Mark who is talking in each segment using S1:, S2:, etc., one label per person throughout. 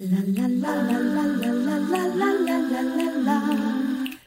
S1: La la la la la la la la la la la la la.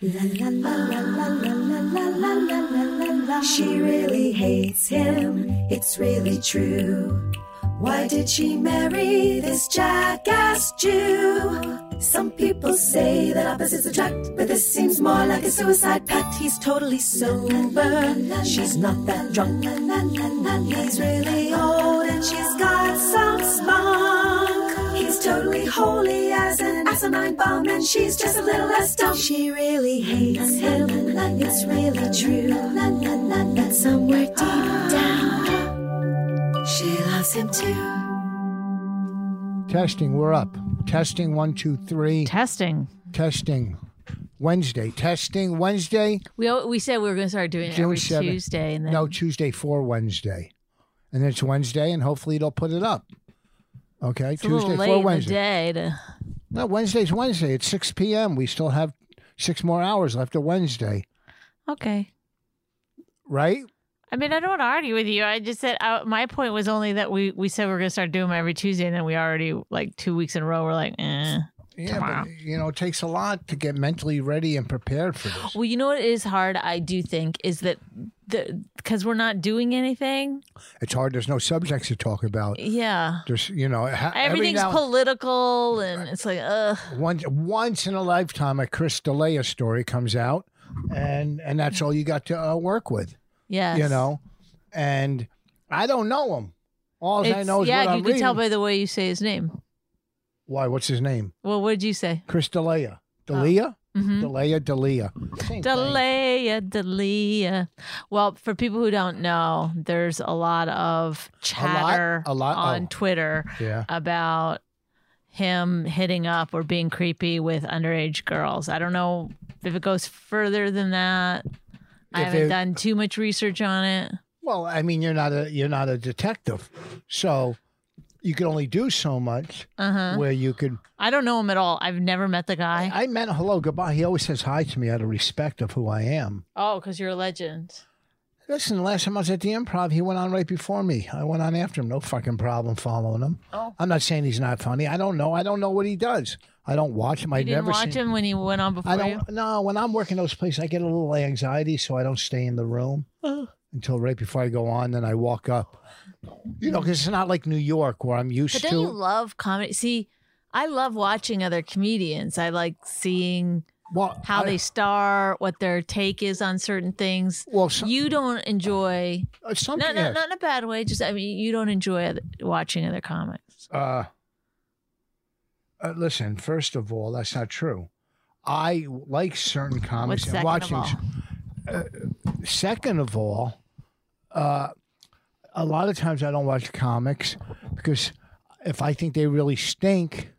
S1: La la la la la la la la la la la la la. She really hates him. It's really true. Why did she marry this jackass Jew? Some people say that opposites attract, but this seems more like a suicide pact. He's totally sober. She's not that drunk. He's really old and she's got some spunk. He's totally holy as an asinine bomb, and she's just a little less dumb. She really hates him. It's really true that somewhere deep down, she loves him too.
S2: Testing, we're up. Testing, one, two, three.
S3: Testing.
S2: testing, Wednesday. Testing, Wednesday.
S3: We al- we said we were going to start doing it
S2: June
S3: every
S2: 7th.
S3: Tuesday, and then
S2: No, Tuesday for Wednesday. And it's Wednesday, and hopefully they'll put it up. Okay,
S3: it's a
S2: Tuesday
S3: little late
S2: for
S3: in the
S2: Wednesday.
S3: day to
S2: No, Wednesday's Wednesday. It's 6 p.m. We still have six more hours left of Wednesday,
S3: Okay.
S2: right?
S3: I mean, I don't want to argue with you. I just said I, my point was only that we we said we are going to start doing them every Tuesday, and then we already like two weeks in a row. We're like, eh.
S2: Yeah,
S3: Tomorrow.
S2: but you know, it takes a lot to get mentally ready and prepared for this.
S3: Well, you know what is hard. I do think is that the because we're not doing anything.
S2: It's hard. There's no subjects to talk about.
S3: Yeah,
S2: There's, you know, ha- every
S3: everything's
S2: now-
S3: political, and it's like, ugh.
S2: once once in a lifetime a Chris D'Elia story comes out, and and that's all you got to uh, work with,
S3: Yes.
S2: you know. And I don't know him. All I
S3: It's-
S2: know is
S3: yeah,
S2: what I'm
S3: you can tell
S2: reading.
S3: by the way you say his name.
S2: Why? What's his name?
S3: Well, what did you say?
S2: Chris D'Elia. D'Elia.
S3: Mm-hmm.
S2: D'Elia. D'Elia. Same thing.
S3: Delia, Delia. Well, for people who don't know, there's a lot of chatter
S2: A lot?
S3: on
S2: Oh.
S3: Twitter
S2: Yeah.
S3: about him hitting up or being creepy with underage girls. I don't know if it goes further than that. I
S2: If
S3: haven't
S2: it-
S3: done too much research on it.
S2: Well, I mean, you're not a you're not a detective, so you can only do so much.
S3: Uh-huh.
S2: Where you could,
S3: I don't know him at all. I've never met the guy.
S2: I meant hello, goodbye. He always says hi to me out of respect of who I am.
S3: Oh, because you're a legend.
S2: Listen, the last time I was at the improv, he went on right before me. I went on after him. No fucking problem following him.
S3: Oh.
S2: I'm not saying he's not funny. I don't know. I don't know what he does. I don't watch him.
S3: You
S2: I've
S3: didn't
S2: never
S3: watch
S2: seen
S3: him when he went on before
S2: I
S3: you?
S2: don't no, when I'm working those places I get a little anxiety, so I don't stay in the room until right before I go on, then I walk up. You know, because it's not like New York where I'm used
S3: But
S2: to
S3: don't you love comedy? See, I love watching other comedians. I like seeing
S2: well,
S3: how
S2: I-
S3: they star, what their take is on certain things.
S2: well some,
S3: You don't enjoy,
S2: uh, some
S3: not,
S2: yes.
S3: not, not in a bad way, just, I mean, you don't enjoy other, watching other comics.
S2: uh, uh, listen, first of all, that's not true. I like certain
S3: What's
S2: comics and
S3: second
S2: watching.
S3: of all?
S2: Second of all, uh, a lot of times I don't watch comics because if I think they really stink,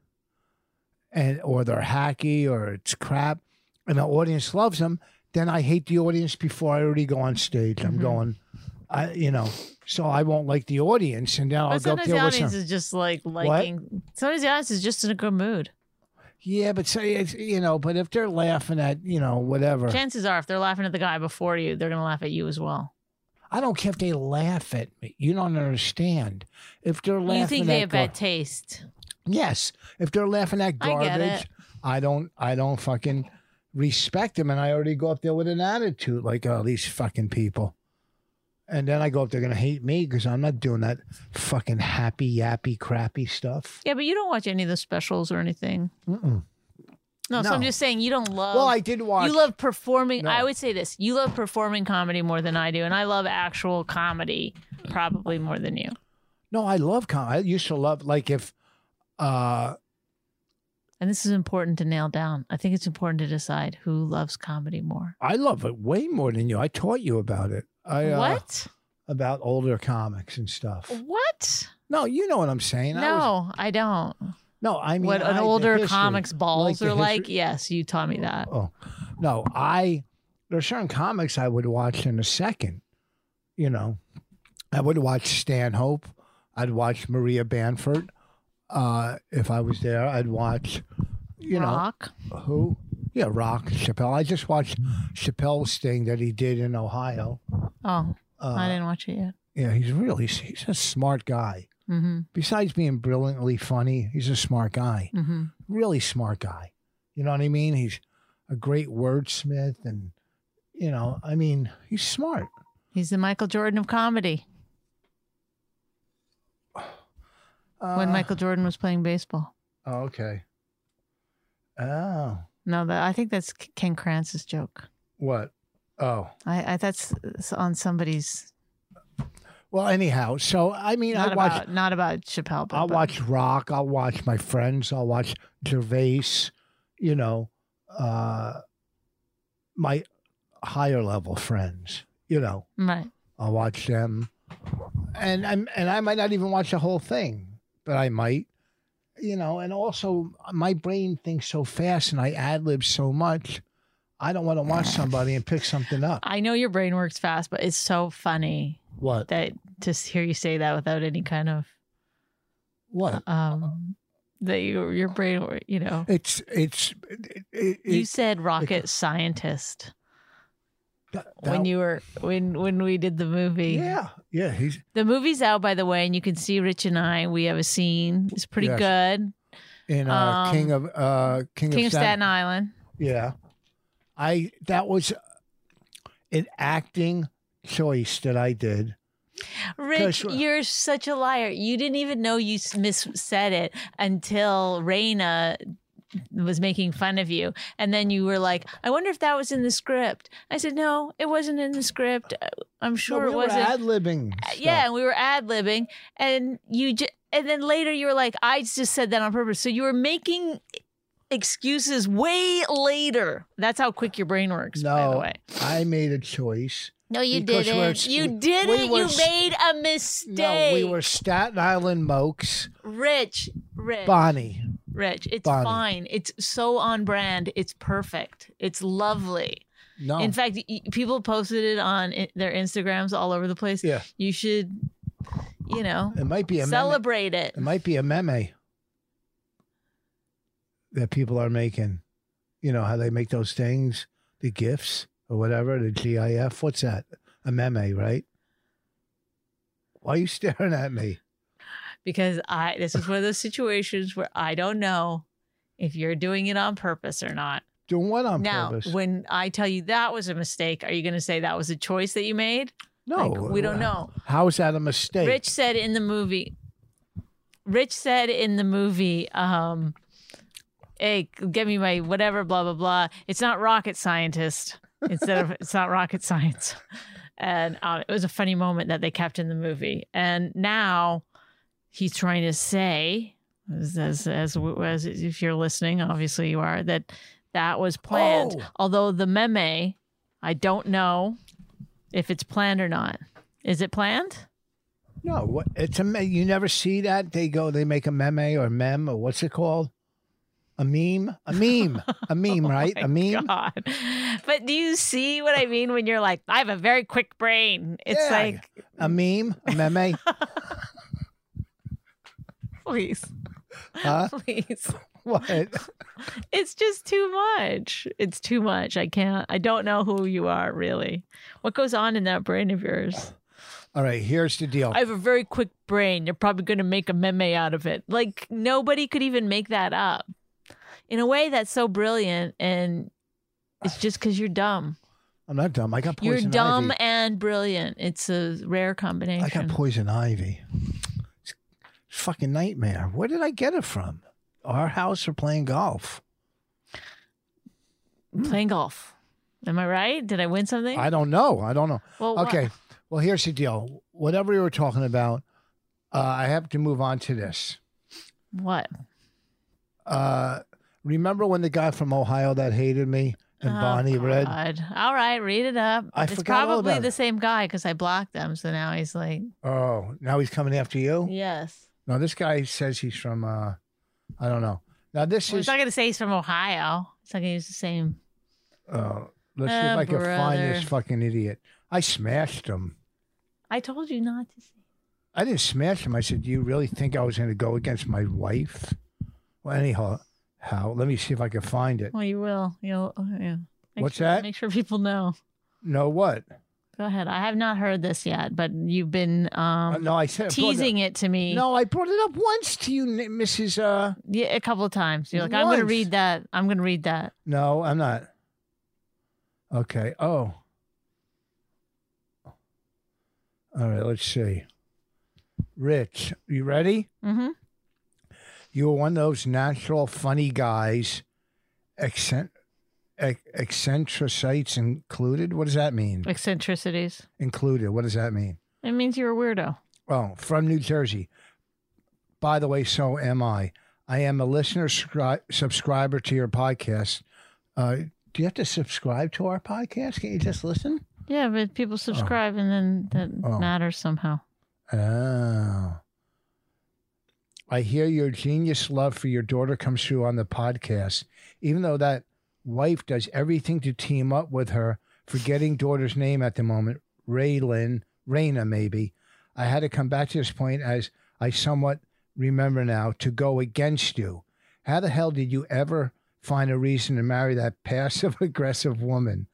S2: and or they're hacky or it's crap, and the audience loves them, then I hate the audience before I already go on stage. I'm
S3: Mm-hmm.
S2: going, I you know, so I won't like the audience, and then I'll
S3: But
S2: go up there
S3: sometimes the
S2: with
S3: audience
S2: some.
S3: is just like liking, sometimes the audience is just in a good mood.
S2: Yeah, but say it's you know, but if they're laughing at you know whatever,
S3: Chances are, if they're laughing at the guy before you, they're going to laugh at you as well.
S2: I don't care if they laugh at me. You don't understand if they're laughing.
S3: you think they
S2: at
S3: have
S2: gar-
S3: bad taste.
S2: Yes, if they're laughing at
S3: I
S2: garbage,
S3: get
S2: I,
S3: it.
S2: don't. I don't fucking respect them, and I already go up there with an attitude like, "Oh, these fucking people." And then I go up, they're gonna hate me because I'm not doing that fucking happy, yappy, crappy stuff.
S3: Yeah, but you don't watch any of the specials or anything.
S2: Mm-mm.
S3: No, so I'm
S2: No.
S3: just saying you don't love.
S2: well, I did watch.
S3: Um, You love performing.
S2: No.
S3: I would say this: you love performing comedy more than I do, and I love actual comedy probably more than you.
S2: no, I love. Com- I used to love like if. uh
S3: And this is important to nail down. I think it's important to decide who loves comedy more.
S2: I love it way more than you. I taught you about it. I, uh,
S3: what?
S2: About older comics and stuff.
S3: What?
S2: No, you know what I'm saying. I
S3: no,
S2: was-
S3: I don't.
S2: no, I mean
S3: what an
S2: I- the
S3: older
S2: history,
S3: comics balls
S2: the
S3: are like?
S2: history-
S3: Yes, you taught me that.
S2: Oh, no, I. There's certain comics I would watch in a second. You know, I would watch Stanhope. I'd watch Maria Banford. Uh, if I was there, I'd watch. You
S3: Rock.
S2: know who? Yeah, Rock Chappelle. I just watched Chappelle's thing that he did in Ohio.
S3: Oh, I
S2: Uh,
S3: didn't watch it yet.
S2: yeah, he's really he's a smart guy.
S3: Mm-hmm.
S2: Besides being brilliantly funny, he's a smart guy.
S3: Mm-hmm.
S2: really smart guy. You know what I mean? He's a great wordsmith and you know, I mean, he's smart.
S3: He's the Michael Jordan of comedy
S2: Uh,
S3: when Michael Jordan was playing baseball.
S2: Oh, okay. Oh.
S3: No, that I think that's K- Ken Kranz's joke.
S2: What? Oh.
S3: I, I that's it's on somebody's
S2: Well, anyhow, so I mean,
S3: not
S2: I watch
S3: about not about Chappelle. But
S2: I'll
S3: about-
S2: watch rock, I'll watch my friends, I'll watch Gervais, you know, uh my higher level friends, you know.
S3: Right.
S2: I'll watch them, and I'm and I might not even watch the whole thing, but I might, you know. And also, my brain thinks so fast, and I ad lib so much. I don't want to watch somebody and pick something up.
S3: I know your brain works fast, but it's so funny
S2: What?
S3: that to s- hear you say that without any kind of
S2: What?
S3: um that your your brain you know
S2: It's it's it, it,
S3: you
S2: it-
S3: said rocket scientist
S2: that-
S3: when
S2: that-
S3: you were when when we did the movie
S2: yeah yeah he's
S3: the movie's out by the way and you can see rich and i we have a scene it's pretty
S2: Yes.
S3: good
S2: in uh,
S3: Um,
S2: King of uh King,
S3: king
S2: of
S3: of staten island
S2: Yeah. I that was an acting choice that I did.
S3: Rich,
S2: Because-
S3: you're such a liar. You didn't even know you s- mis said it until Raina was making fun of you. And then you were like, I wonder if that was in the script. I said, No, it wasn't in the script. Uh, I'm
S2: No,
S3: sure
S2: we
S3: it
S2: were
S3: wasn't. Uh,
S2: ad libbing.
S3: yeah, and we were ad libbing. And you just, and then later you were like, I just said that on purpose. So you were making excuses way later. That's how quick your brain works, by the
S2: No,
S3: way.
S2: I made a choice.
S3: No, you
S2: Because we're
S3: didn't.
S2: s-
S3: You
S2: we-
S3: didn't.
S2: we were
S3: you
S2: s-
S3: made a
S2: No,
S3: mistake.
S2: we were Staten Island Mokes.
S3: Rich, rich,
S2: Bonnie.
S3: rich. It's
S2: Bonnie.
S3: fine. It's so on brand. It's perfect. It's lovely.
S2: No.
S3: In fact, y- people posted it on i- their Instagrams all over the place.
S2: yeah.
S3: You should, you know,
S2: It might be a meme.
S3: celebrate it.
S2: It might be a meme that people are making. You know how they make those things, the gifts or whatever, the GIF. What's that? A meme, right? Why are you staring at me?
S3: Because I, this is one of those situations where I don't know if you're doing it on purpose or not.
S2: Doing what on
S3: now,
S2: purpose?
S3: when I tell you that was a mistake, are you going to say that was a choice that you made?
S2: no, uh,
S3: Like, we don't know.
S2: How is that a mistake?
S3: Rich said in the movie. Rich said in the movie, um, "Hey, get me my whatever, blah blah blah." It's not rocket scientist. Instead of it's not rocket science, and uh, it was a funny moment that they kept in the movie. And now he's trying to say, as as as, as if you're listening, obviously you are, that that was planned.
S2: Oh.
S3: Although the meme, I don't know if it's planned or not. Is it planned?
S2: No, what, it's a me- you never see that they go they make a meme or mem or what's it called? A meme, a meme, a meme, right? a
S3: Oh my
S2: meme.
S3: God. But do you see what I mean when you're like, I have a very quick brain? It's
S2: Yeah.
S3: like,
S2: a meme, a meme.
S3: please,
S2: huh?
S3: please.
S2: What?
S3: It's just too much. It's too much. I can't, I don't know who you are really. What goes on in that brain of yours?
S2: All right, here's the deal.
S3: I have a very quick brain. You're probably going to make a meme out of it. Like, nobody could even make that up. In a way, that's so brilliant. And it's just because you're dumb.
S2: I'm not dumb. I got poison
S3: You're dumb
S2: ivy.
S3: and brilliant. It's a rare combination.
S2: I got poison ivy. It's a fucking nightmare. Where did I get it from? Our house or playing golf?
S3: playing golf. Am I right? Did I win something?
S2: Mm. I don't know. I don't know.
S3: well, wha-
S2: Okay. Well, here's the deal. Whatever we were talking about, uh, I have to move on to this.
S3: What?
S2: Uh, remember when the guy from Ohio that hated me and
S3: Oh,
S2: Bonnie Red?
S3: God. All right, read it up.
S2: I
S3: it's
S2: forgot all
S3: probably
S2: about
S3: the
S2: it.
S3: same guy because I blocked them. So now he's like,
S2: Oh, now he's coming after you?
S3: yes.
S2: No, this guy says he's from, uh, I don't know. Now, this
S3: Well, he's
S2: is,
S3: not going to say he's from Ohio. He's not going to use the same.
S2: uh, let's see if
S3: Oh,
S2: I can find this
S3: brother.
S2: fucking idiot. I smashed him.
S3: I told you not to say.
S2: I didn't smash him. I said, Do you really think I was going to go against my wife? Well, anyhow, how? Let me see if I can find it.
S3: Well, you will. You'll. oh, yeah. Make
S2: What's
S3: sure-
S2: that?
S3: Make sure people know.
S2: No, what?
S3: Go ahead. I have not heard this yet, but you've been
S2: Uh,
S3: um,
S2: no, I said I brought
S3: teasing
S2: It
S3: it to
S2: up.
S3: me
S2: No, I brought it up once to you, N- Mrs. Uh,
S3: yeah, a couple of times. You're like, I'm going to
S2: Once.
S3: read that. I'm going to read that.
S2: no, I'm not. Okay. Oh. All right. Let's see. Rich, you ready?
S3: hmm
S2: You were one of those natural, funny guys, accent, ec- eccentricites included. What does that mean?
S3: Eccentricities.
S2: Included. What does that mean?
S3: It means you're a weirdo.
S2: Oh, from New Jersey. By the way, so am I. I am a listener scri- subscriber to your podcast. Uh, do you have to subscribe to our podcast? Can you just listen?
S3: Yeah, but people subscribe and then that
S2: Oh.
S3: matters somehow.
S2: Oh. I hear your genius love for your daughter comes through on the podcast, even though that wife does everything to team up with her, forgetting daughter's name at the moment, Raylin, Raina maybe. I had to come back to this point as I somewhat remember now to go against you. How the hell did you ever find a reason to marry that passive aggressive woman?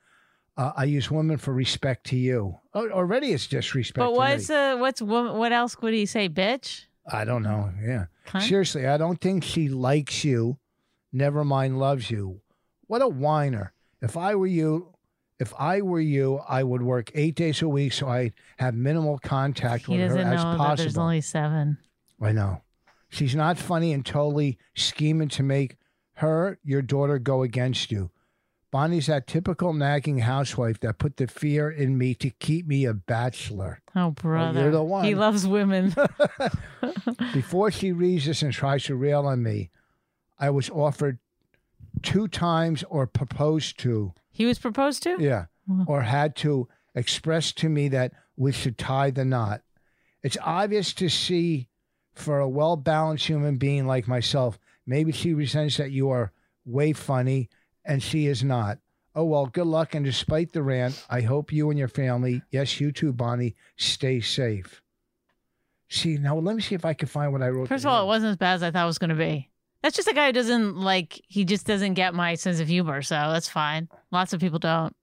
S2: Uh, I use woman for respect to you. Al- Already it's disrespect.
S3: But
S2: to me.
S3: what's uh, what's wo- what else would he say, bitch?
S2: I don't know. Yeah.
S3: Cunt?
S2: Seriously, I don't think she likes you. Never mind loves you. What a whiner. If I were you, if I were you, I would work eight days a week so I have minimal contact
S3: He
S2: with her
S3: doesn't know
S2: as
S3: that there's
S2: possible.
S3: only seven.
S2: I know. She's not funny and totally scheming to make her, your daughter, go against you. Bonnie's that typical nagging housewife that put the fear in me to keep me a bachelor.
S3: Oh, brother.
S2: the one.
S3: He loves women.
S2: Before she reads this and tries to rail on me, I was offered two times or proposed to,
S3: he was proposed to?
S2: yeah, Oh,
S3: Wow.
S2: or had to express to me that we should tie the knot. It's obvious to see for a well balanced human being like myself, maybe she resents that you are way funny and she is not. Oh, well, good luck. And despite the rant, I hope you and your family, yes, you too, Bonnie, stay safe. See, now let me see if I can find what I wrote.
S3: First of
S2: to
S3: all,
S2: him.
S3: it wasn't as bad as I thought it was going to be. That's just a guy who doesn't like, he just doesn't get my sense of humor. So that's fine. Lots of people don't.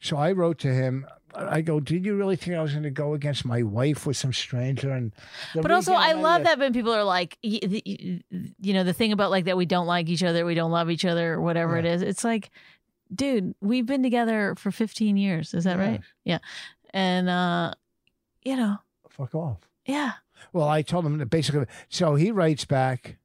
S2: So I wrote to him. I go, did you really think I was going to go against my wife with some stranger? And the
S3: But also,
S2: reason
S3: I love that when people are like, y- y- y- you know, the thing about like that we don't like each other, we don't love each other, or whatever it
S2: Yeah.
S3: is. It's like, dude, we've been together for 15 years. Is that
S2: Yeah.
S3: right? Yeah. And, uh, you know,
S2: Fuck off.
S3: yeah.
S2: Well, I told him that basically. So he writes back.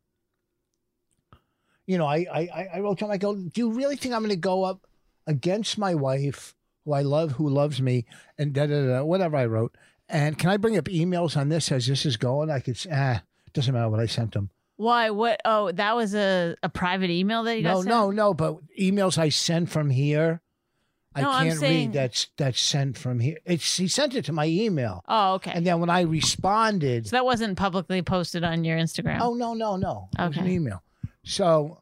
S2: You know, I I I- I wrote to him. I go, do you really think I'm going to go up against my wife, who I love, who loves me, and da da da, whatever I wrote. And can I bring up emails on this as this is going? I could. s- Ah, doesn't matter what I sent him.
S3: Why? What? Oh, that was a, a private email that you got
S2: No,
S3: sent?
S2: no, no. But emails I send from here,
S3: No,
S2: I
S3: I'm
S2: can't
S3: saying-
S2: read. That's that's sent from here. It's he sent it to my email,
S3: Oh, okay.
S2: and then when I responded,
S3: so that wasn't publicly posted on your Instagram.
S2: oh no, no, no, it was an
S3: Okay.
S2: email. So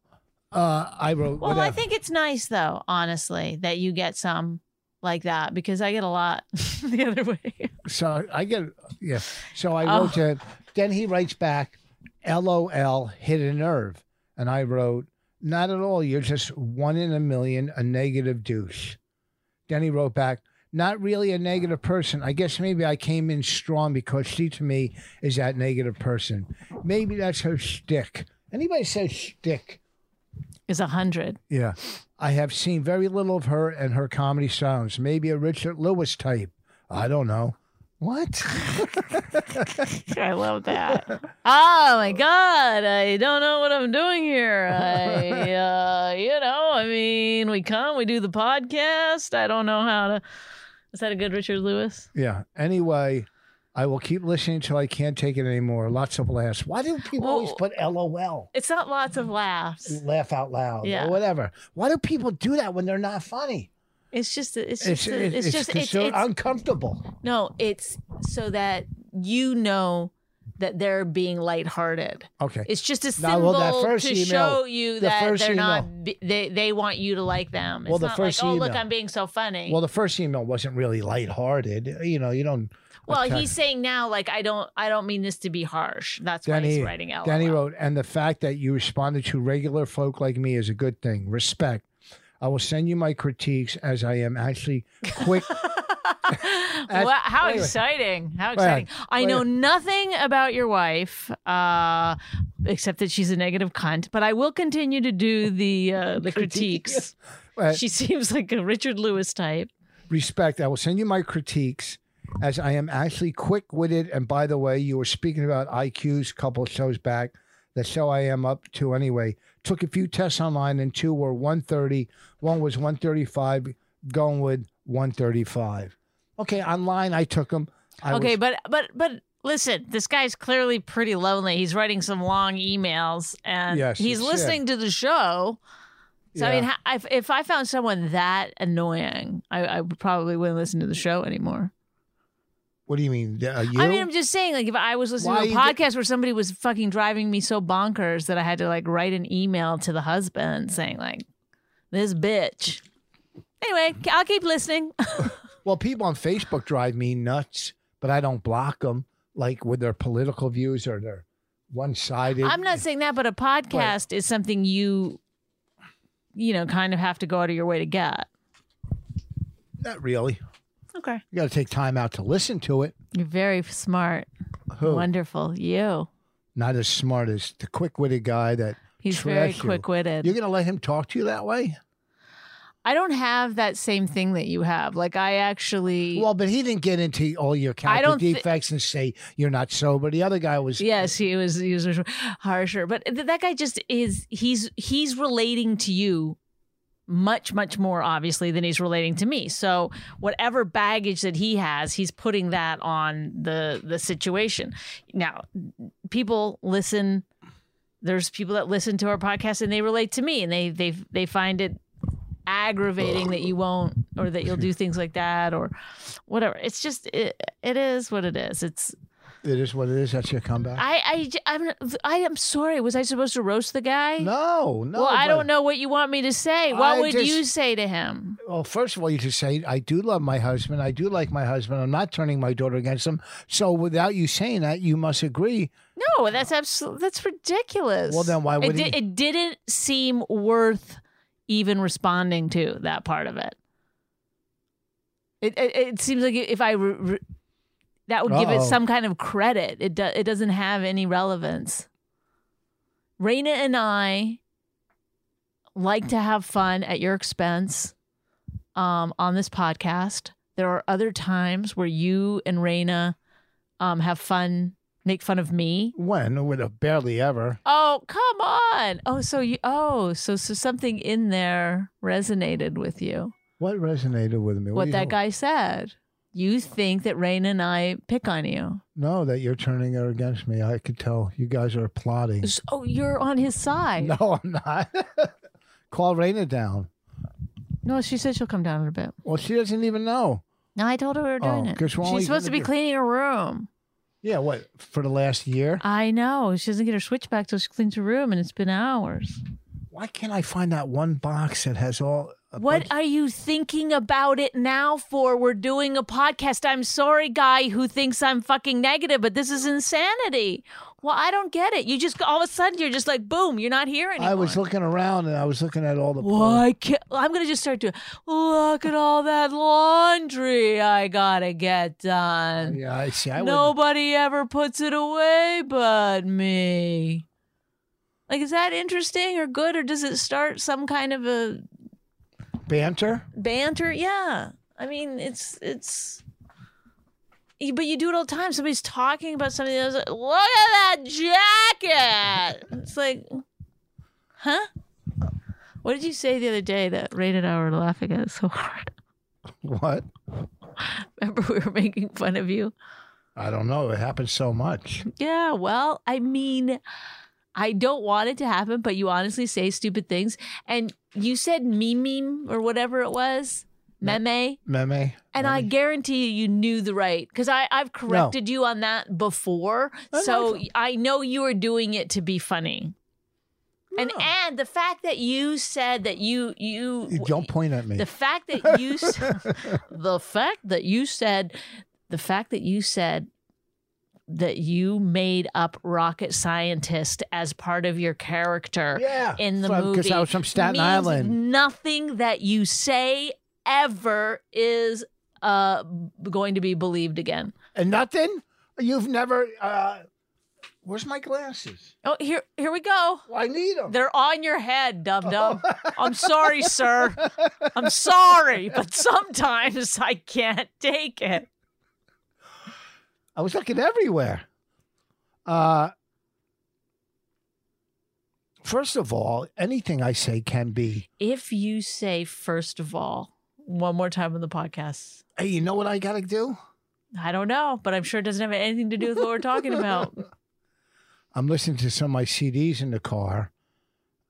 S2: uh, I wrote.
S3: Well, I
S2: whatever.
S3: think it's nice though, honestly, that you get some like that because I get a lot the other way.
S2: so. I get yeah. So I
S3: Oh.
S2: wrote to. him. Then he writes back, "LOL, hit a nerve," and I wrote, "Not at all. You're just one in a million, a negative douche." Then he wrote back, "Not really a negative person. I guess maybe I came in strong because she to me is that negative person. Maybe that's her shtick. Anybody says shtick."
S3: Is a hundred.
S2: Yeah. I have seen very little of her and her comedy sounds. Maybe a Richard Lewis type. I don't know. What?
S3: I love that. oh my god, I don't know what I'm doing here. I, uh, you know, I mean, we come, we do the podcast. I don't know how to. Is that a good Richard Lewis?
S2: yeah. Anyway, I will keep listening until I can't take it anymore. Lots of laughs. Why do people always
S3: Well-
S2: put LOL?
S3: It's not lots of laughs.
S2: Laugh out loud
S3: Yeah.
S2: or whatever. Why do people do that when they're not funny?
S3: It's just, it's just, it's, it's, just,
S2: 'cause
S3: it's,
S2: they're
S3: it's,
S2: uncomfortable.
S3: no, it's so that you know that they're being lighthearted.
S2: Okay.
S3: It's just a
S2: Now,
S3: symbol
S2: well, that first
S3: to
S2: email-
S3: show you
S2: the
S3: that
S2: first
S3: they're
S2: email.
S3: not. b- They they want you to like them. It's
S2: Well, the
S3: not
S2: first
S3: like, oh look,
S2: email.
S3: I'm being so funny.
S2: Well, the first email wasn't really lighthearted. You know, you don't.
S3: Well,
S2: okay.
S3: he's saying now like I don't I don't mean this to be harsh. That's why
S2: Danny,
S3: he's writing out.
S2: Danny wrote, and the fact that you responded to regular folk like me is a good thing. Respect. I will send you my critiques as I am actually quick That's-
S3: wow, how
S2: wait, wait.
S3: exciting! How
S2: Wait a minute.
S3: exciting! I
S2: Wait a
S3: know nothing about your wife, uh, except that she's a negative cunt. But I will continue to do the uh, the critiques.
S2: Right.
S3: She seems like a Richard Lewis type.
S2: respect. I will send you my critiques as I am actually quick witted. And by the way, you were speaking about IQs a couple of shows back. The show I am up to anyway. Took a few tests online and two were 130. One was 135, going with 135. Okay, online I took them. I was-
S3: okay, but but but listen, this guy's clearly pretty lonely. He's writing some long emails, and
S2: Yes,
S3: he's
S2: it's
S3: listening to the show. So I mean,
S2: Yeah.
S3: ha- if, if I found someone that annoying, I, I would probably wouldn't listen to the show anymore.
S2: what do you mean? Uh, you?
S3: I mean, I'm just saying, like, if I was listening
S2: Why
S3: to a
S2: you get-
S3: podcast where somebody was fucking driving me so bonkers that I had to like write an email to the husband saying like, "This bitch." Anyway, I'll keep listening.
S2: Well, people on Facebook drive me nuts, but I don't block them like with their political views or their one sided.
S3: I'm not saying that, but a podcast is something you, you know, kind of have to go out of your way to get.
S2: Not really.
S3: Okay.
S2: You got to take time out to listen to it.
S3: You're very smart,
S2: Who?
S3: wonderful. You.
S2: Not as smart as the quick witted guy that
S3: He's very
S2: trash you.
S3: quick witted.
S2: You're going to let him talk to you that way?
S3: I don't have that same thing that you have. Like I actually.
S2: Well, but he didn't get into all your
S3: I
S2: character
S3: don't thi-
S2: defects and say you're not sober. The other guy was.
S3: Yes, he was he was harsher, but th- that guy just is he's he's relating to you much much more obviously than he's relating to me. So whatever baggage that he has, he's putting that on the the situation. Now, people listen there's people that listen to our podcast and they relate to me and they they they find it aggravating that you won't or that you'll do things like that or whatever. It's just it, it is what it is. It's
S2: It is what it is. That's your comeback.
S3: I, I, j- I'm, I am sorry. Was I supposed to roast the guy?
S2: no, no.
S3: well, I
S2: but-
S3: don't know what you want me to say. What
S2: I
S3: would
S2: just-
S3: you say to him?
S2: Well, first of all, you just say, I do love my husband. I do like my husband. I'm not turning my daughter against him. So without you saying that, you must agree.
S3: No, that's absolutely that's ridiculous.
S2: Well, then why would
S3: it?
S2: he-
S3: di- it didn't seem worth even responding to that part of it. It it, it seems like if I re- re- that would give it
S2: Uh-oh.
S3: some kind of credit. It do, it doesn't have any relevance. Raina and I like to have fun at your expense um, on this podcast. There are other times where you and Raina um, have fun, make fun of me.
S2: When? Would have barely ever.
S3: Oh, come on. Oh, so you oh, so so something in there resonated with you.
S2: What resonated with me? do
S3: What
S2: you
S3: that
S2: know?
S3: guy said. You think that Rain and I pick on you.
S2: No, that you're turning her against me. I could tell you guys are plotting.
S3: So oh, you're on his side. No.
S2: No, I'm not. Call Raina down.
S3: she said she'll come down in a bit.
S2: Well, she doesn't even know.
S3: No, I told her we were doing
S2: Oh,
S3: it. She's
S2: 'cause we're only
S3: supposed to
S2: gonna
S3: be
S2: do-
S3: cleaning her room.
S2: Yeah, what for the last year?
S3: I know. She doesn't get her switch back till she cleans her room and it's been hours.
S2: Why can't I find that one box that has all? a
S3: What
S2: bunch-
S3: are you thinking about it now for? We're doing a podcast. I'm sorry, guy who thinks I'm fucking negative, but this is insanity. Well, I don't get it. You just all of a sudden you're just like boom, you're not here anymore.
S2: I was looking around and I was looking at all the.
S3: Why can't I'm gonna just start doing look at all that laundry I gotta get done.
S2: Yeah, I see. I wouldn't-
S3: Nobody ever puts it away but me. Like, is that interesting or good, or does it start some kind of a
S2: banter.
S3: banter. Yeah. I mean, it's it's you- but you do it all the time. Somebody's talking about something else. Like, Look at that jacket. It's like, huh? What did you say the other day that Ray and I were laughing at so hard?
S2: What?
S3: Remember we were making fun of you?
S2: I don't know. It happens so much.
S3: Yeah, well, I mean, I don't want it to happen, but you honestly say stupid things. And you said meme meme or whatever it was.
S2: No.
S3: Meme.
S2: Meme.
S3: And I
S2: meme.
S3: guarantee you, you knew the right because I I've corrected you on that before,
S2: No, no,
S3: so I know you were doing it to be funny. And
S2: No.
S3: and the fact that you said that you you
S2: You don't point at me.
S3: the fact that you s- the fact that you said the fact that you said that you made up rocket scientist as part of your character
S2: yeah.
S3: in the movie
S2: because I was from Staten
S3: means
S2: Island.
S3: Nothing that you say ever is uh, b- going to be believed again.
S2: And nothing? You've never. Uh, where's my glasses?
S3: Oh, here, here we go.
S2: Well, I need them.
S3: They're on your head, Dum Dum. I'm sorry, sir. I'm sorry, but sometimes I can't take it.
S2: I was looking everywhere. Uh, first of all, anything I say can be.
S3: If you say, first of all, one more time on the podcast,
S2: Hey, you know what I gotta do?
S3: I don't know, but I'm sure it doesn't have anything to do with what we're talking about.
S2: I'm listening to some of my CDs in the car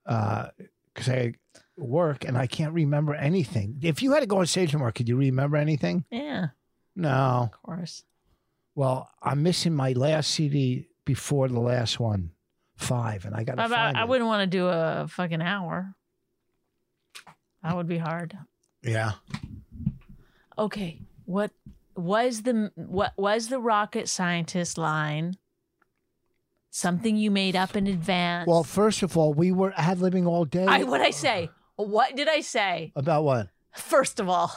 S2: because I work and I can't remember anything. If you had to go on stage tomorrow, could you remember anything?
S3: Yeah,
S2: No.
S3: of course.
S2: Well, I'm missing my last CD before the last one, five, and I gotta
S3: I, I,
S2: find
S3: I
S2: it.
S3: wouldn't want to do a fucking hour. That would be hard.
S2: Yeah.
S3: Okay, what was the what was the rocket scientist line? Something you made up in advance.
S2: Well, first of all, we were ad libbing all day
S3: I what I say? What did I say?
S2: about what.
S3: First of all,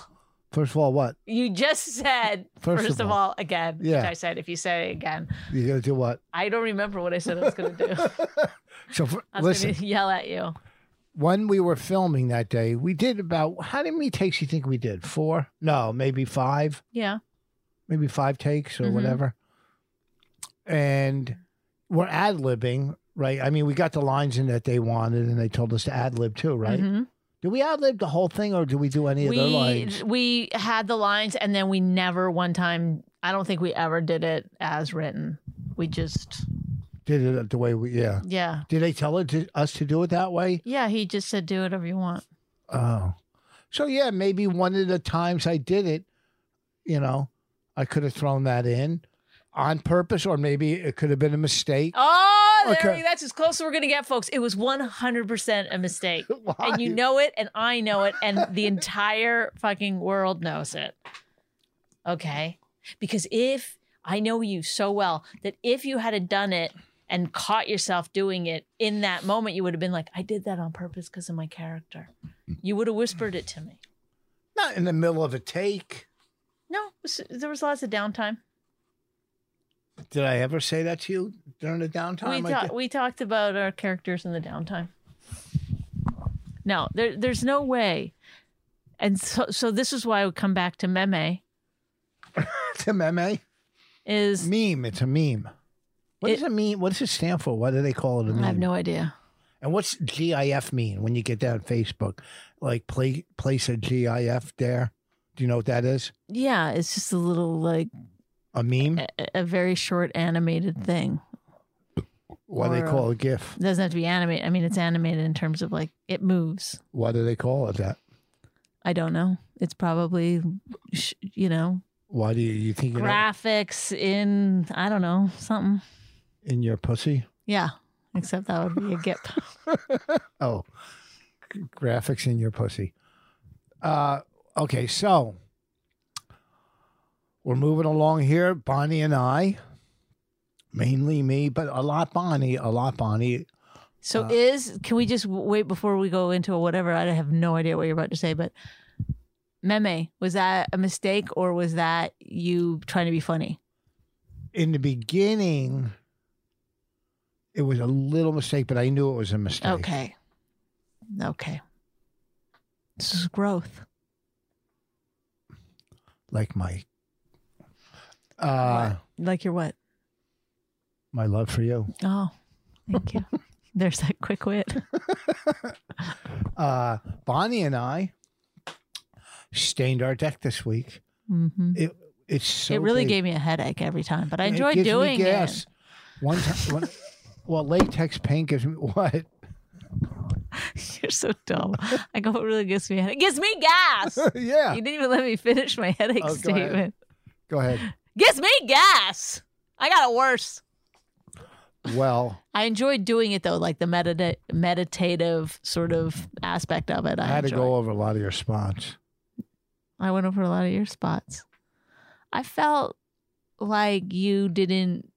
S2: First of all, what
S3: you just said
S2: First
S3: first,
S2: of
S3: of all, again. Which
S2: Yeah.
S3: I said if you say it again.
S2: you gonna do? What?
S3: I don't remember what I said I was gonna do.
S2: So for,
S3: I was
S2: listen,
S3: gonna yell at you.
S2: when we were filming that day, we did about how many takes you think we did? Four? No, maybe five,
S3: Yeah.
S2: maybe five takes or
S3: Mhm.
S2: whatever. And we're ad libbing, right? I mean, we got the lines in that they wanted, and they told us to ad lib too, right?
S3: Mhm.
S2: Do we ad lib the whole thing, or do we do any of the lines?
S3: we we had the lines and then we never one time I don't think we ever did it as written. We just
S2: Did it the way we? Yeah.
S3: yeah.
S2: Did they tell it to, us to do it that way?
S3: Yeah, he just said do whatever you want.
S2: Oh. So yeah, maybe one of the times I did it, you know, I could have thrown that in on purpose, or maybe it could have been a mistake.
S3: Oh, there
S2: Okay.
S3: we, that's as close as we're gonna get, folks. It was one hundred percent a mistake.
S2: Why?
S3: Oh, and you know it and i know it and the entire fucking world knows it okay because if i know you so well that if you had done it and caught yourself doing it in that moment you would have been like i did that on purpose because of my character you would have whispered it to me
S2: not in the middle of a take.
S3: no it was- there was lots of downtime
S2: Did I ever say that to you during the downtime?
S3: we,
S2: I
S3: ta-
S2: did-
S3: we talked about our characters in the downtime. No, there, there's no way. And so, so this is why I would come back to Meme
S2: it's a meme.
S3: is
S2: Meme. It's a meme. What
S3: It-
S2: does a meme? What does it stand for? Why do they call it a meme?
S3: I have no idea.
S2: and what's GIF mean when you get that on Facebook? Like play, place a GIF there. Do you know what that is?
S3: Yeah, it's just a little like
S2: A meme?
S3: a, a very short animated thing.
S2: Why do they
S3: or a-
S2: call it a GIF?
S3: It doesn't have to be animated. I mean, it's animated in terms of like it moves.
S2: Why do they call it that?
S3: I don't know. It's probably sh- you know
S2: Why do you, you think you know,
S3: graphics in I don't know something.
S2: in your pussy?
S3: Yeah, except that would be a gip.
S2: Oh, g- graphics in your pussy. Uh, okay, so we're moving along here. Bonnie and I, mainly me, but a lot Bonnie, a lot Bonnie.
S3: So
S2: Uh-huh.
S3: is can we just w- wait before we go into whatever? I have no idea what you're about to say, but meme was that a mistake or was that you trying to be funny?
S2: In the beginning, it was a little mistake, but I knew it was a mistake.
S3: Okay, okay. This is growth.
S2: Like my, uh,
S3: Like your what?
S2: my love for you.
S3: Oh, thank you. There's that quick wit.
S2: Uh, Bonnie and I stained our deck this week.
S3: hmm
S2: It it's so
S3: it really
S2: big.
S3: gave me a headache every time, but I
S2: It
S3: enjoyed
S2: gives me
S3: doing
S2: gas.
S3: it.
S2: One time, one, well, latex paint gives me what?
S3: You're so dumb. I go, it really gives me a headache. It gives me gas.
S2: yeah,
S3: You didn't even let me finish my headache
S2: Oh, go ahead.
S3: statement.
S2: go ahead.
S3: Gives me gas. I got it worse.
S2: Well,
S3: I enjoyed doing it though, like the medita- meditative sort of aspect of it.
S2: I
S3: I,
S2: had to
S3: enjoy.
S2: go over a lot of your spots.
S3: I went over a lot of your spots. I felt like you didn't.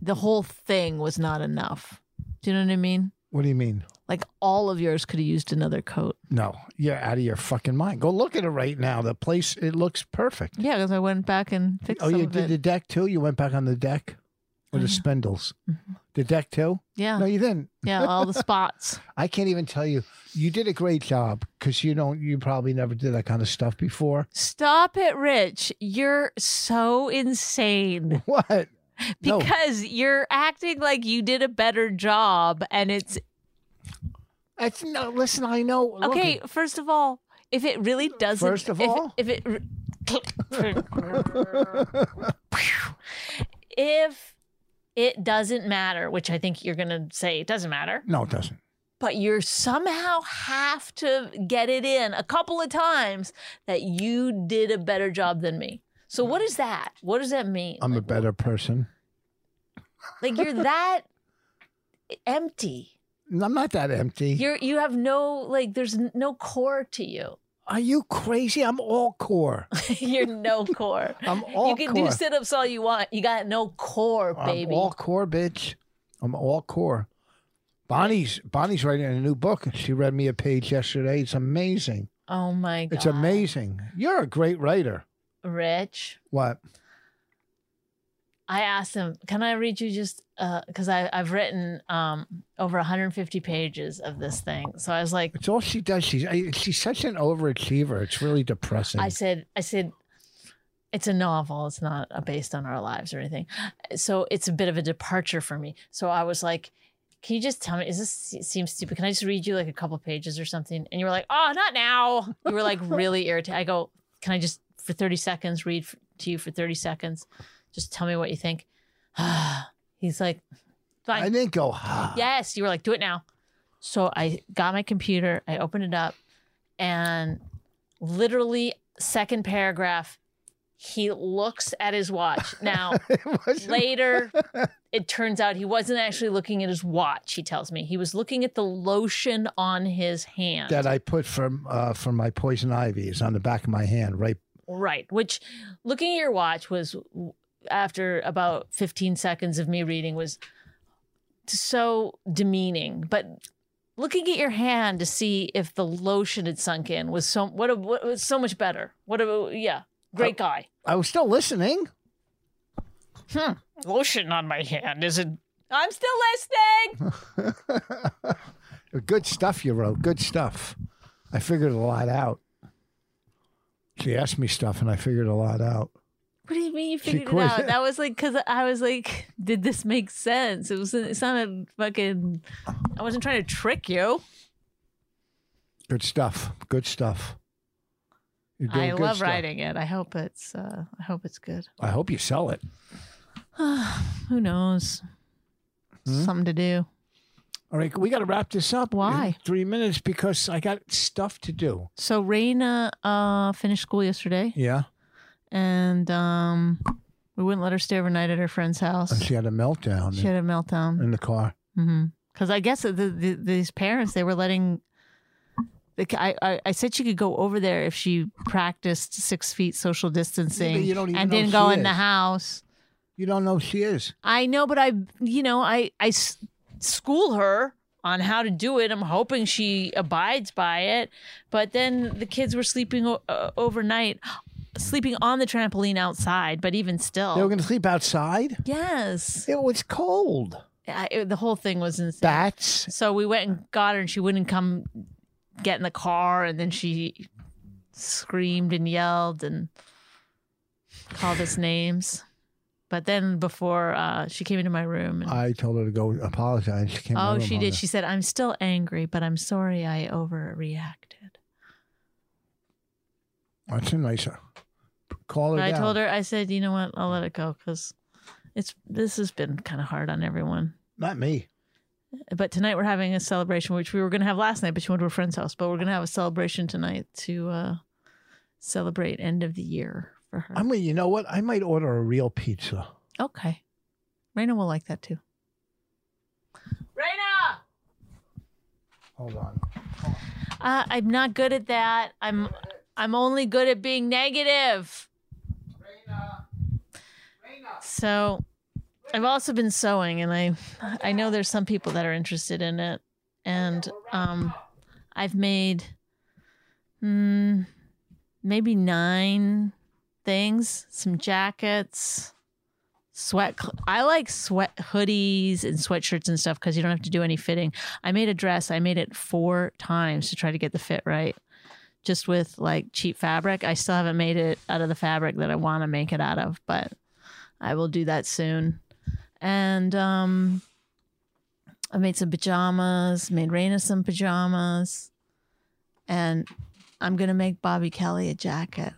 S3: The whole thing was not enough. Do you know what I mean?
S2: What do you mean?
S3: Like all of yours could have used another coat.
S2: No, you're out of your fucking mind. Go look at it right now. The place it looks perfect.
S3: Yeah, because I went back and fixed
S2: Oh,
S3: some
S2: you
S3: of
S2: did
S3: it.
S2: the deck too. You went back on the deck with the
S3: Yeah.
S2: spindles.
S3: Mm-hmm.
S2: The deck too.
S3: yeah,
S2: No, you didn't.
S3: yeah, all the spots.
S2: I can't even tell you. You did a great job because you don't. You probably never did that kind of stuff before.
S3: Stop it, Rich. You're so insane
S2: What? No.
S3: because you're acting like you did a better job, and it's
S2: That's no. Listen, I know. look,
S3: Okay, first of all, if it really doesn't,
S2: First of
S3: if,
S2: all?
S3: if it, re- if it doesn't matter, which I think you're gonna say it doesn't matter,
S2: no, it doesn't.
S3: but you're somehow have to get it in a couple of times that you did a better job than me. So what is that? What does that mean?
S2: I'm a better person.
S3: like you're that empty.
S2: I'm not that empty.
S3: You're you have no like. There's n- no core to you.
S2: Are you crazy? I'm all core.
S3: You're no core.
S2: I'm all
S3: you can
S2: core.
S3: do sit ups all you want. You got no core, baby.
S2: I'm all core, bitch. I'm all core. Bonnie's Bonnie's writing a new book. She read me a page yesterday. It's amazing.
S3: oh my god.
S2: It's amazing. You're a great writer.
S3: Rich.
S2: What?
S3: I asked him, can I read you just because I I've written um over 150 pages of this thing. So I was like,
S2: It's all she does. She's I, she's such an overachiever. It's really depressing.
S3: I said, I said, it's a novel. It's not uh, based on our lives or anything. So it's a bit of a departure for me. So I was like, can you just tell me, is this it seems stupid? Can I just read you like a couple pages or something? And you were like, oh, not now. You were like really irritated. I go, can I just for 30 seconds read f- to you for 30 seconds? Just tell me what you think. He's like, fine.
S2: I didn't go. "Huh."
S3: Yes, you were like, do it now. So I got my computer, I opened it up, and literally second paragraph, he looks at his watch. Now
S2: It wasn't-
S3: later, it turns out he wasn't actually looking at his watch. He tells me he was looking at the lotion on his hand.
S2: that I put from uh, from my poison ivy is on the back of my hand, right?
S3: Right. Which looking at your watch was after about 15 seconds of me reading was so demeaning. But looking at your hand to see if the lotion had sunk in was so what, a, what was so much better. What a yeah, great guy.
S2: I was still listening.
S3: Lotion on my hand is it I'm still listening.
S2: Good stuff you wrote. Good stuff. I figured a lot out. She asked me stuff, and I figured a lot out.
S3: What do you mean you
S2: She
S3: figured it
S2: quit.
S3: out? That was like because I was like, did this make sense? It was it sounded fucking. I wasn't trying to trick you.
S2: Good stuff. Good stuff. You're doing
S3: I
S2: good
S3: love
S2: stuff.
S3: writing it. I hope it's uh, I hope it's good.
S2: I hope you sell it.
S3: Who knows?
S2: Hmm?
S3: Something to do.
S2: All right, we got to wrap this up. in
S3: Why?
S2: Three minutes because I got stuff to do.
S3: So Raina uh, finished school yesterday,
S2: Yeah.
S3: and um, we wouldn't let her stay overnight at her friend's
S2: And
S3: house.
S2: Oh, she had a meltdown
S3: She had a meltdown.
S2: in the car.
S3: Because I guess the, the, these parents they were letting. The, ki- I, I I said she could go over there if she practiced six feet social distancing
S2: you don't even
S3: and
S2: know
S3: didn't
S2: she
S3: go in the
S2: is.
S3: house.
S2: You don't know who she is.
S3: I know, but I, you know, I, I s- school her on how to do it. I'm hoping she abides by it. But then the kids were sleeping o- uh, overnight, sleeping on the trampoline outside. But even still,
S2: They were going to sleep outside.
S3: yes,
S2: It was cold.
S3: I, it- the whole thing was insane.
S2: Bats.
S3: so we went and got her, and she wouldn't come get in the car, and then she screamed and yelled and called us names. But then before uh, she came into my room, and
S2: I told her to go apologize. She came. in my
S3: Oh,
S2: room
S3: she
S2: on
S3: did.
S2: it.
S3: She said, I'm still angry, but I'm sorry I overreacted.
S2: That's a nice. Call her.
S3: But I
S2: down.
S3: told her, I said, you know what? I'll let it go because it's this has been kind of hard on everyone.
S2: Not me.
S3: But tonight we're having a celebration, which we were going to have last night, but she went to her friend's house. But we're going to have a celebration tonight to uh, celebrate end of the year for her.
S2: I mean, you know what? I might order a real pizza.
S3: okay. Raina will like that too. Raina!
S2: Hold on.
S3: Uh, I'm not good at that. I'm I'm only good at being negative. So I've also been sewing and I I know there's some people that are interested in it and um, I've made mm, maybe nine things, some jackets, sweat. cl- I like sweat hoodies and sweatshirts and stuff because you don't have to do any fitting. I made a dress. I made it four times to try to get the fit right, just with like cheap fabric. I still haven't made it out of the fabric that I want to make it out of, but I will do that soon. And um, I made some pajamas. Made Raina some pajamas, and I'm gonna make Bobby Kelly a jacket.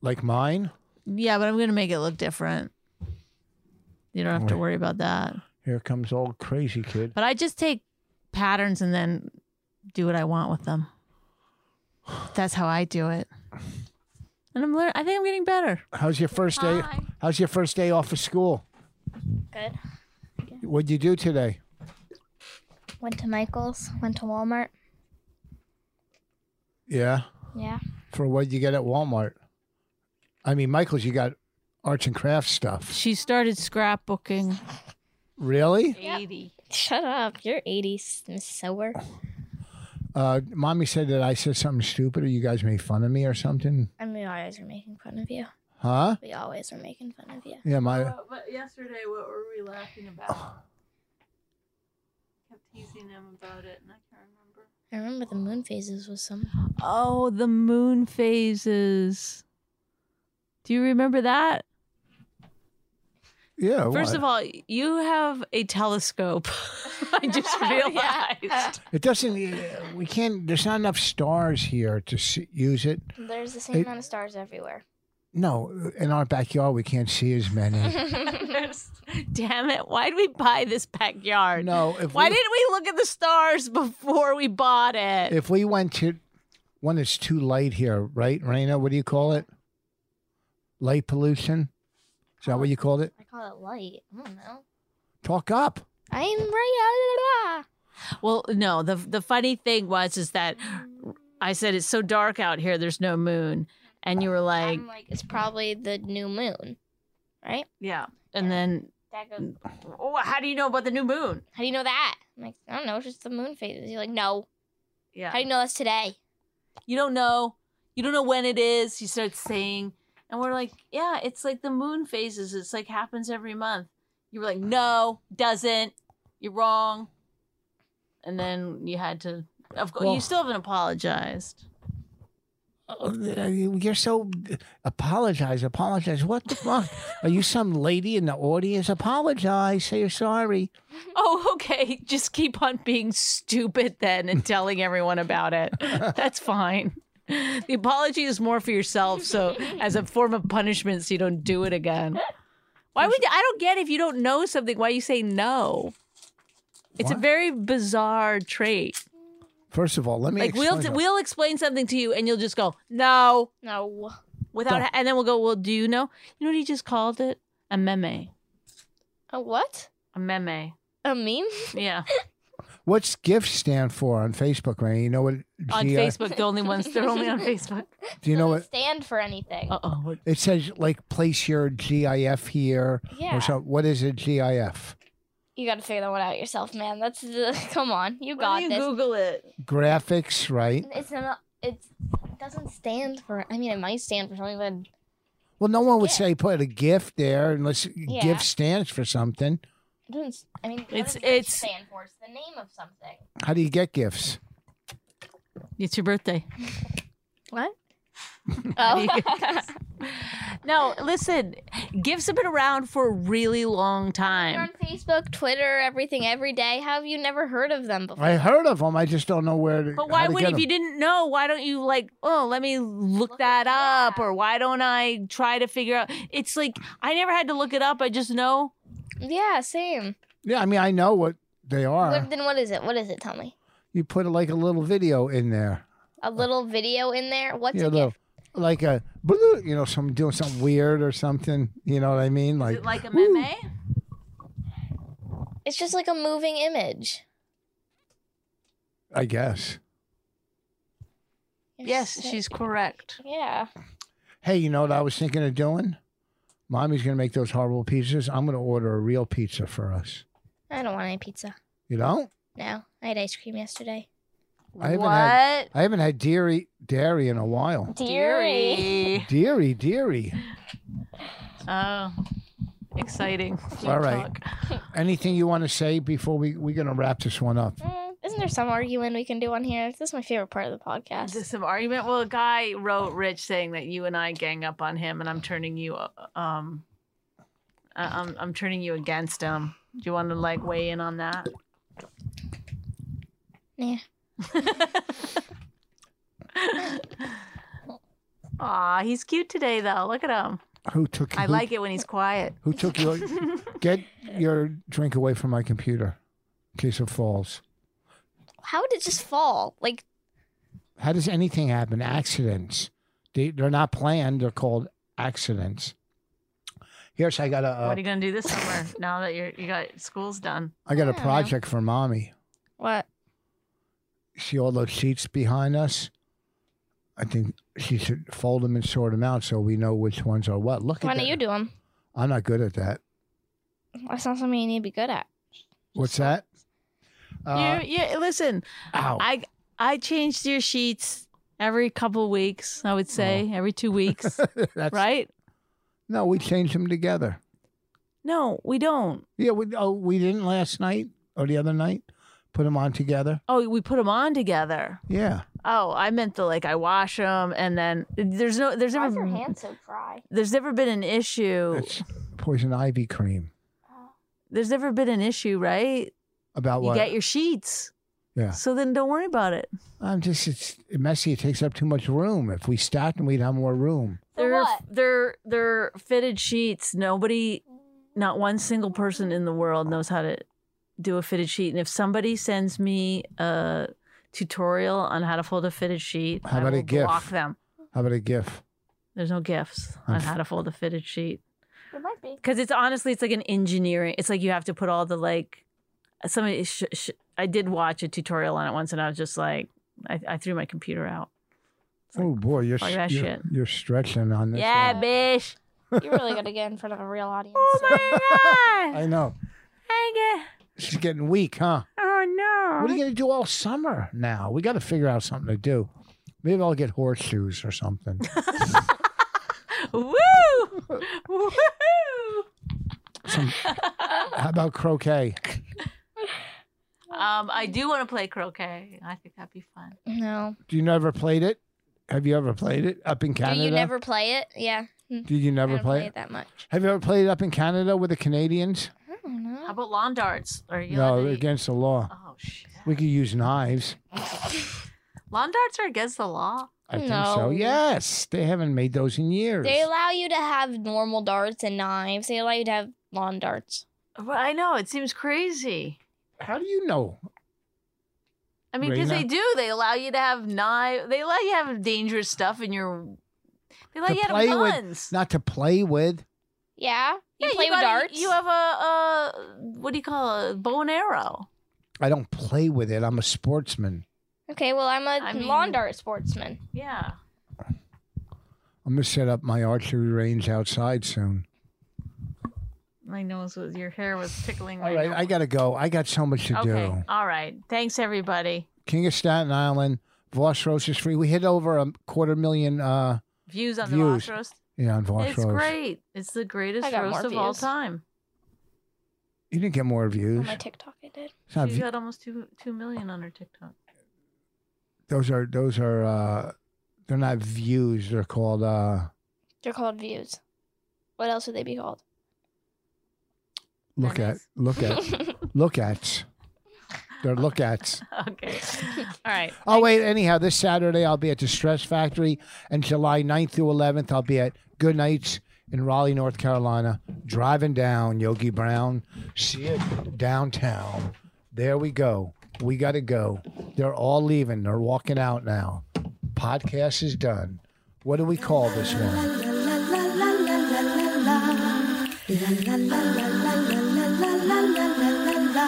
S2: Like mine?
S3: Yeah, but I'm gonna make it look different. You don't have to
S2: Right.
S3: worry about that.
S2: Here comes old crazy kid.
S3: But I just take patterns and then do what I want with them. That's how I do it. And I'm learning. I think I'm getting better.
S2: How's your first day?
S4: Hi.
S2: How's your first day off of school?
S4: Good.
S2: What'd you do today?
S4: Went to Michael's, went to Walmart.
S2: Yeah.
S4: Yeah.
S2: For what you get at Walmart? I mean, Michael's, you got arts and crafts stuff.
S3: She started scrapbooking.
S2: Really?
S3: Eighty.
S4: Shut up. You're 80s, Miss Sower.
S2: Uh, mommy said that I said something stupid, or you guys made fun of me, or something.
S4: And we always were making fun of you.
S2: Huh?
S4: We always were making fun of you.
S2: Yeah, my.
S3: but yesterday, what were we laughing about? Kept teasing them about it, and I can't remember.
S4: I remember the moon phases was some.
S3: Oh, the moon phases. Do you remember that?
S2: Yeah.
S3: First
S2: what?
S3: of all, you have a telescope. I just realized.
S2: it doesn't. uh, We can't. There's not enough stars here to s use it.
S4: There's the same
S2: It-
S4: amount of stars everywhere.
S2: No, in our backyard, we can't see as many.
S3: Damn it. Why'd we buy this backyard?
S2: No, if
S3: Why
S2: we,
S3: didn't we look at the stars before we bought it?
S2: if we went to when it's too light here, right, Raina? What do you call it? Light pollution? Is that what you called it?
S4: I call it light. I don't know.
S2: Talk up.
S4: I'm right.
S3: well, no, the the funny thing was is that I said it's so dark out here, there's no moon. And you were like,
S4: I'm like, it's probably the new moon, right?
S3: Yeah. And then
S4: That
S2: Mm.
S4: goes,
S3: oh, how do you know about the new moon?
S4: How do you know that? I'm like, I don't know. It's just the moon phases. You're like, no. How do
S3: Yeah.
S4: you know that's today?
S3: You don't know. You don't know when it is. You start saying and we're like, Yeah, it's like the moon phases. It's like happens every month. You were like, No, doesn't. You're wrong. And then you had to of course
S2: Well-
S3: you still haven't apologized.
S2: Oh, You're so apologize, apologize. What the fuck? Are you some lady in the audience? Apologize. Say you're sorry.
S3: Oh, okay. Just keep on being stupid then and telling everyone about it. That's fine. The apology is more for yourself, so as a form of punishment, so you don't do it again. Why would I don't get if you don't know something? Why you say no? It's a
S2: What?
S3: very bizarre trait.
S2: First of all, let me
S3: Like we'll
S2: explain-
S3: we'll explain something to you, and you'll just go no
S4: No.
S3: without,
S2: Don't.
S3: and then we'll go. Well, do you know? You know what he just called it? A meme.
S4: A what?
S3: A meme.
S4: A meme?
S3: Yeah.
S2: What's GIF stand for on Facebook, Raina? You know what?
S3: On
S2: GI
S3: Facebook, the only ones they're only on Facebook.
S2: Do you know
S4: Doesn't
S2: what?
S4: Stand for anything.
S3: Uh oh.
S2: It says like place your GIF here.
S4: yeah.
S2: Or something. What is a GIF?
S4: You got to figure that one out yourself, man. That's the come on. You
S3: Why don't
S4: got this.
S3: Google it.
S2: Graphics, right?
S4: It's not. It's, it doesn't stand for. I mean, it might stand for something, but
S2: Well, no one would
S4: GIF.
S2: say put a GIF there unless
S4: Yeah.
S2: GIF stands for something.
S4: it doesn't. s- I mean, what
S3: It's-
S4: does it
S3: it's-
S4: stand for. It's the name of something.
S2: How do you get GIFs?
S3: It's your birthday.
S4: What?
S3: do
S4: oh.
S3: No, listen. Gifts have been around for a really long
S4: They're on
S3: time.
S4: Facebook, Twitter, everything, every day. How have you never heard of them before?
S2: I heard of them. I just don't know where to.
S3: But
S2: how
S3: why
S2: to
S3: would
S2: get
S3: if you
S2: 'em.
S3: didn't know, why don't you like, oh, let me look
S4: Look
S3: that
S4: it
S3: up
S4: up.
S3: or why don't I try to figure out it's like I never had to look it up, I just know.
S4: yeah, same.
S2: Yeah, I mean, I know what they are.
S4: What, then what is it? What is it? Tell me.
S2: you put like a little video in there.
S4: A little video in there. What's
S2: you
S4: a
S2: know,
S4: gift?
S2: like a, blue- you know, some doing something weird or something. You know what I mean?
S3: Is
S2: Like,
S3: it like a
S2: "Ooh."
S3: meme?
S4: It's just like a moving image.
S2: I guess.
S4: You're
S3: Yes,
S4: sick.
S3: she's correct.
S4: Yeah.
S2: Hey, you know what I was thinking of doing? Mommy's gonna make those horrible pizzas. I'm gonna order a real pizza for us.
S4: I don't want any pizza.
S2: You know?
S4: No, I had ice cream yesterday.
S2: I haven't
S5: what?
S2: had- I haven't had dairy dairy in a while.
S5: Deary.
S2: Dairy, dairy.
S3: Oh, exciting.
S2: All
S3: Deep
S2: right.
S3: talk.
S2: Anything you want to say before we we're gonna wrap this one up?
S4: Mm, isn't there some arguing we can do on here? This is my favorite part of the podcast.
S3: Is this some argument? Well, a guy wrote Rich saying that you and I gang up on him, and I'm turning you, uh, um, I- I'm I'm turning you against him. Do you want to like weigh in on that?
S4: yeah.
S3: Aw, he's cute today though. Look at him.
S2: Who took?
S3: I
S2: who,
S3: like it when he's quiet.
S2: Who took your? get your drink away from my computer, in case it falls.
S4: How did it just fall? Like,
S2: How does anything happen? Accidents. They they're not planned. They're called accidents. Here's I got a
S3: what
S2: uh,
S3: are you gonna do this summer now that you're you got school's done?
S2: I got
S4: I
S2: a
S4: don't know.
S2: project for mommy.
S4: what?
S2: See all those sheets behind us. I think she should fold them and sort them out so we know which ones are what. Look
S4: Why
S2: at
S4: don't
S2: that.
S4: you do them?
S2: I'm not good at that.
S4: That's not something you need to be good at.
S2: What's that? Uh,
S3: you you listen.
S2: ow.
S3: I I changed your sheets every couple weeks. I would say every two weeks,
S2: Oh. That's,
S3: right?
S2: No, we changed them together.
S3: No, we don't.
S2: Yeah, we oh we didn't last night or the other night. Put them on together.
S3: Oh, we put them on together.
S2: Yeah.
S3: Oh, I meant the like I wash them and then there's no there's
S4: Why
S3: never
S4: is your hand so dry?
S3: there's never been an issue.
S2: That's poison ivy cream.
S3: there's never been an issue, right?
S2: About
S3: You
S2: what?
S3: get your sheets.
S2: Yeah.
S3: So then don't worry about it.
S2: I'm just it's messy. It takes up too much room. If we stacked them, we'd have more room.
S4: So
S3: they're
S4: what?
S3: they're they're fitted sheets. Nobody not one single person in the world knows how to do a fitted sheet. And if somebody sends me a tutorial on how to fold a fitted sheet,
S2: How
S3: I
S2: about a
S3: will
S2: GIF?
S3: block them.
S2: How about a GIF?
S3: There's no gifts on how to fold a fitted sheet.
S4: It might be.
S3: because it's honestly it's like an engineering it's like you have to put all the like somebody sh- sh- i did watch a tutorial on it once and i was just like i, I threw my computer out like,
S2: oh boy, you're
S3: fuck that
S2: you're,
S3: shit.
S2: you're stretching on this.
S3: yeah
S2: one.
S3: bitch
S4: You really got to get in front of a real audience.
S3: oh my god
S2: I know.
S3: I get-
S2: She's getting weak, huh?
S3: oh no
S2: What are you gonna do all summer now? We got to figure out something to do. Maybe I'll get horseshoes or something.
S3: woo woo
S2: Some, how about croquet?
S3: um i do want to play croquet i think that'd be fun
S4: No.
S2: Do you never played it? Have you ever played it up in Canada?
S4: Do you never play it? Yeah.
S2: Did you
S4: I
S2: never
S4: don't
S2: play,
S4: play
S2: it?
S4: it that much.
S2: Have you ever played it up in Canada with the Canadians?
S4: I don't know.
S3: how about lawn darts are you
S2: no,
S3: allowed
S2: they're
S3: to-
S2: against the law.
S3: oh shit
S2: We could use knives.
S3: lawn darts are against the law
S2: I think so.
S4: No.
S2: Yes, they haven't made those in years.
S4: They allow you to have normal darts and knives. They allow you to have lawn darts.
S3: Well, I know it seems crazy.
S2: How do you know?
S3: I mean, because they
S2: Reina?
S3: do. They allow you to have knife. They allow you to have dangerous stuff in your. They allow
S2: To
S3: you to
S2: play
S3: have
S2: with-
S3: guns.
S2: Not to play with.
S4: Yeah. You
S3: Yeah,
S4: play with
S3: gotta-
S4: darts.
S3: You have a, a what do you call it? a bow and arrow?
S2: I don't play with it. I'm a sportsman.
S4: okay, well, I'm a
S3: I mean-
S4: lawn dart sportsman.
S3: Yeah.
S2: I'm gonna set up my archery range outside soon.
S3: My nose was your hair was tickling.
S2: All
S3: my
S2: right,
S3: nose.
S2: I gotta go. I got so much to
S3: Okay.
S2: do.
S3: All right. Thanks everybody.
S2: King of Staten Island, Voss Roast is free. We hit over a quarter million. Uh,
S3: Views on the
S2: Views.
S3: Voss roast.
S2: yeah, on Voss
S3: It's
S2: Roast.
S3: great. It's the greatest
S4: I got
S3: roast
S4: more
S3: of all
S4: views.
S3: time.
S2: You didn't get more views.
S4: On Oh, my TikTok, I did.
S2: It's not
S3: She's
S2: view-
S3: got almost two two million on her TikTok.
S2: those are those are uh, they're not views. They're called uh,
S4: They're called views. What else would they be called?
S2: look at
S3: Nice.
S2: look at look at. They're look at.
S3: Okay. All right.
S2: Oh wait. Anyhow, this Saturday I'll be at Distress Factory, and July 9th through 11th I'll be at Good Nights in Raleigh, North Carolina. Driving down Yogi Brown, see it downtown. There we go. We got to go. They're all leaving. They're walking out now. Podcast is done. What do we call this one?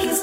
S1: He's